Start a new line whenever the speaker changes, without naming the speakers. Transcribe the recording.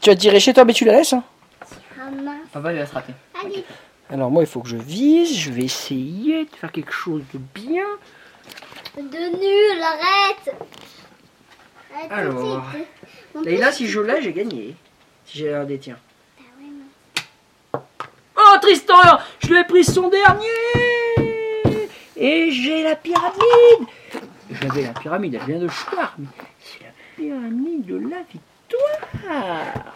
Tu vas te tirer chez toi, mais tu la laisses. hein
Maman.
Papa, Ah bah, il va se rater.
Allez.
Alors moi, il faut que je vise. Je vais essayer de faire quelque chose de bien.
De nul, arrête. Arrête
Alors.
tout de suite. Mon
Et là,
petit-
si je l'ai, j'ai gagné. Si j'ai un des tiens.
Ah ouais, non.
Oh Tristan, je lui ai pris son dernier Et j'ai la pyramide J'avais la pyramide, elle vient de choir, mais c'est la pyramide de la victoire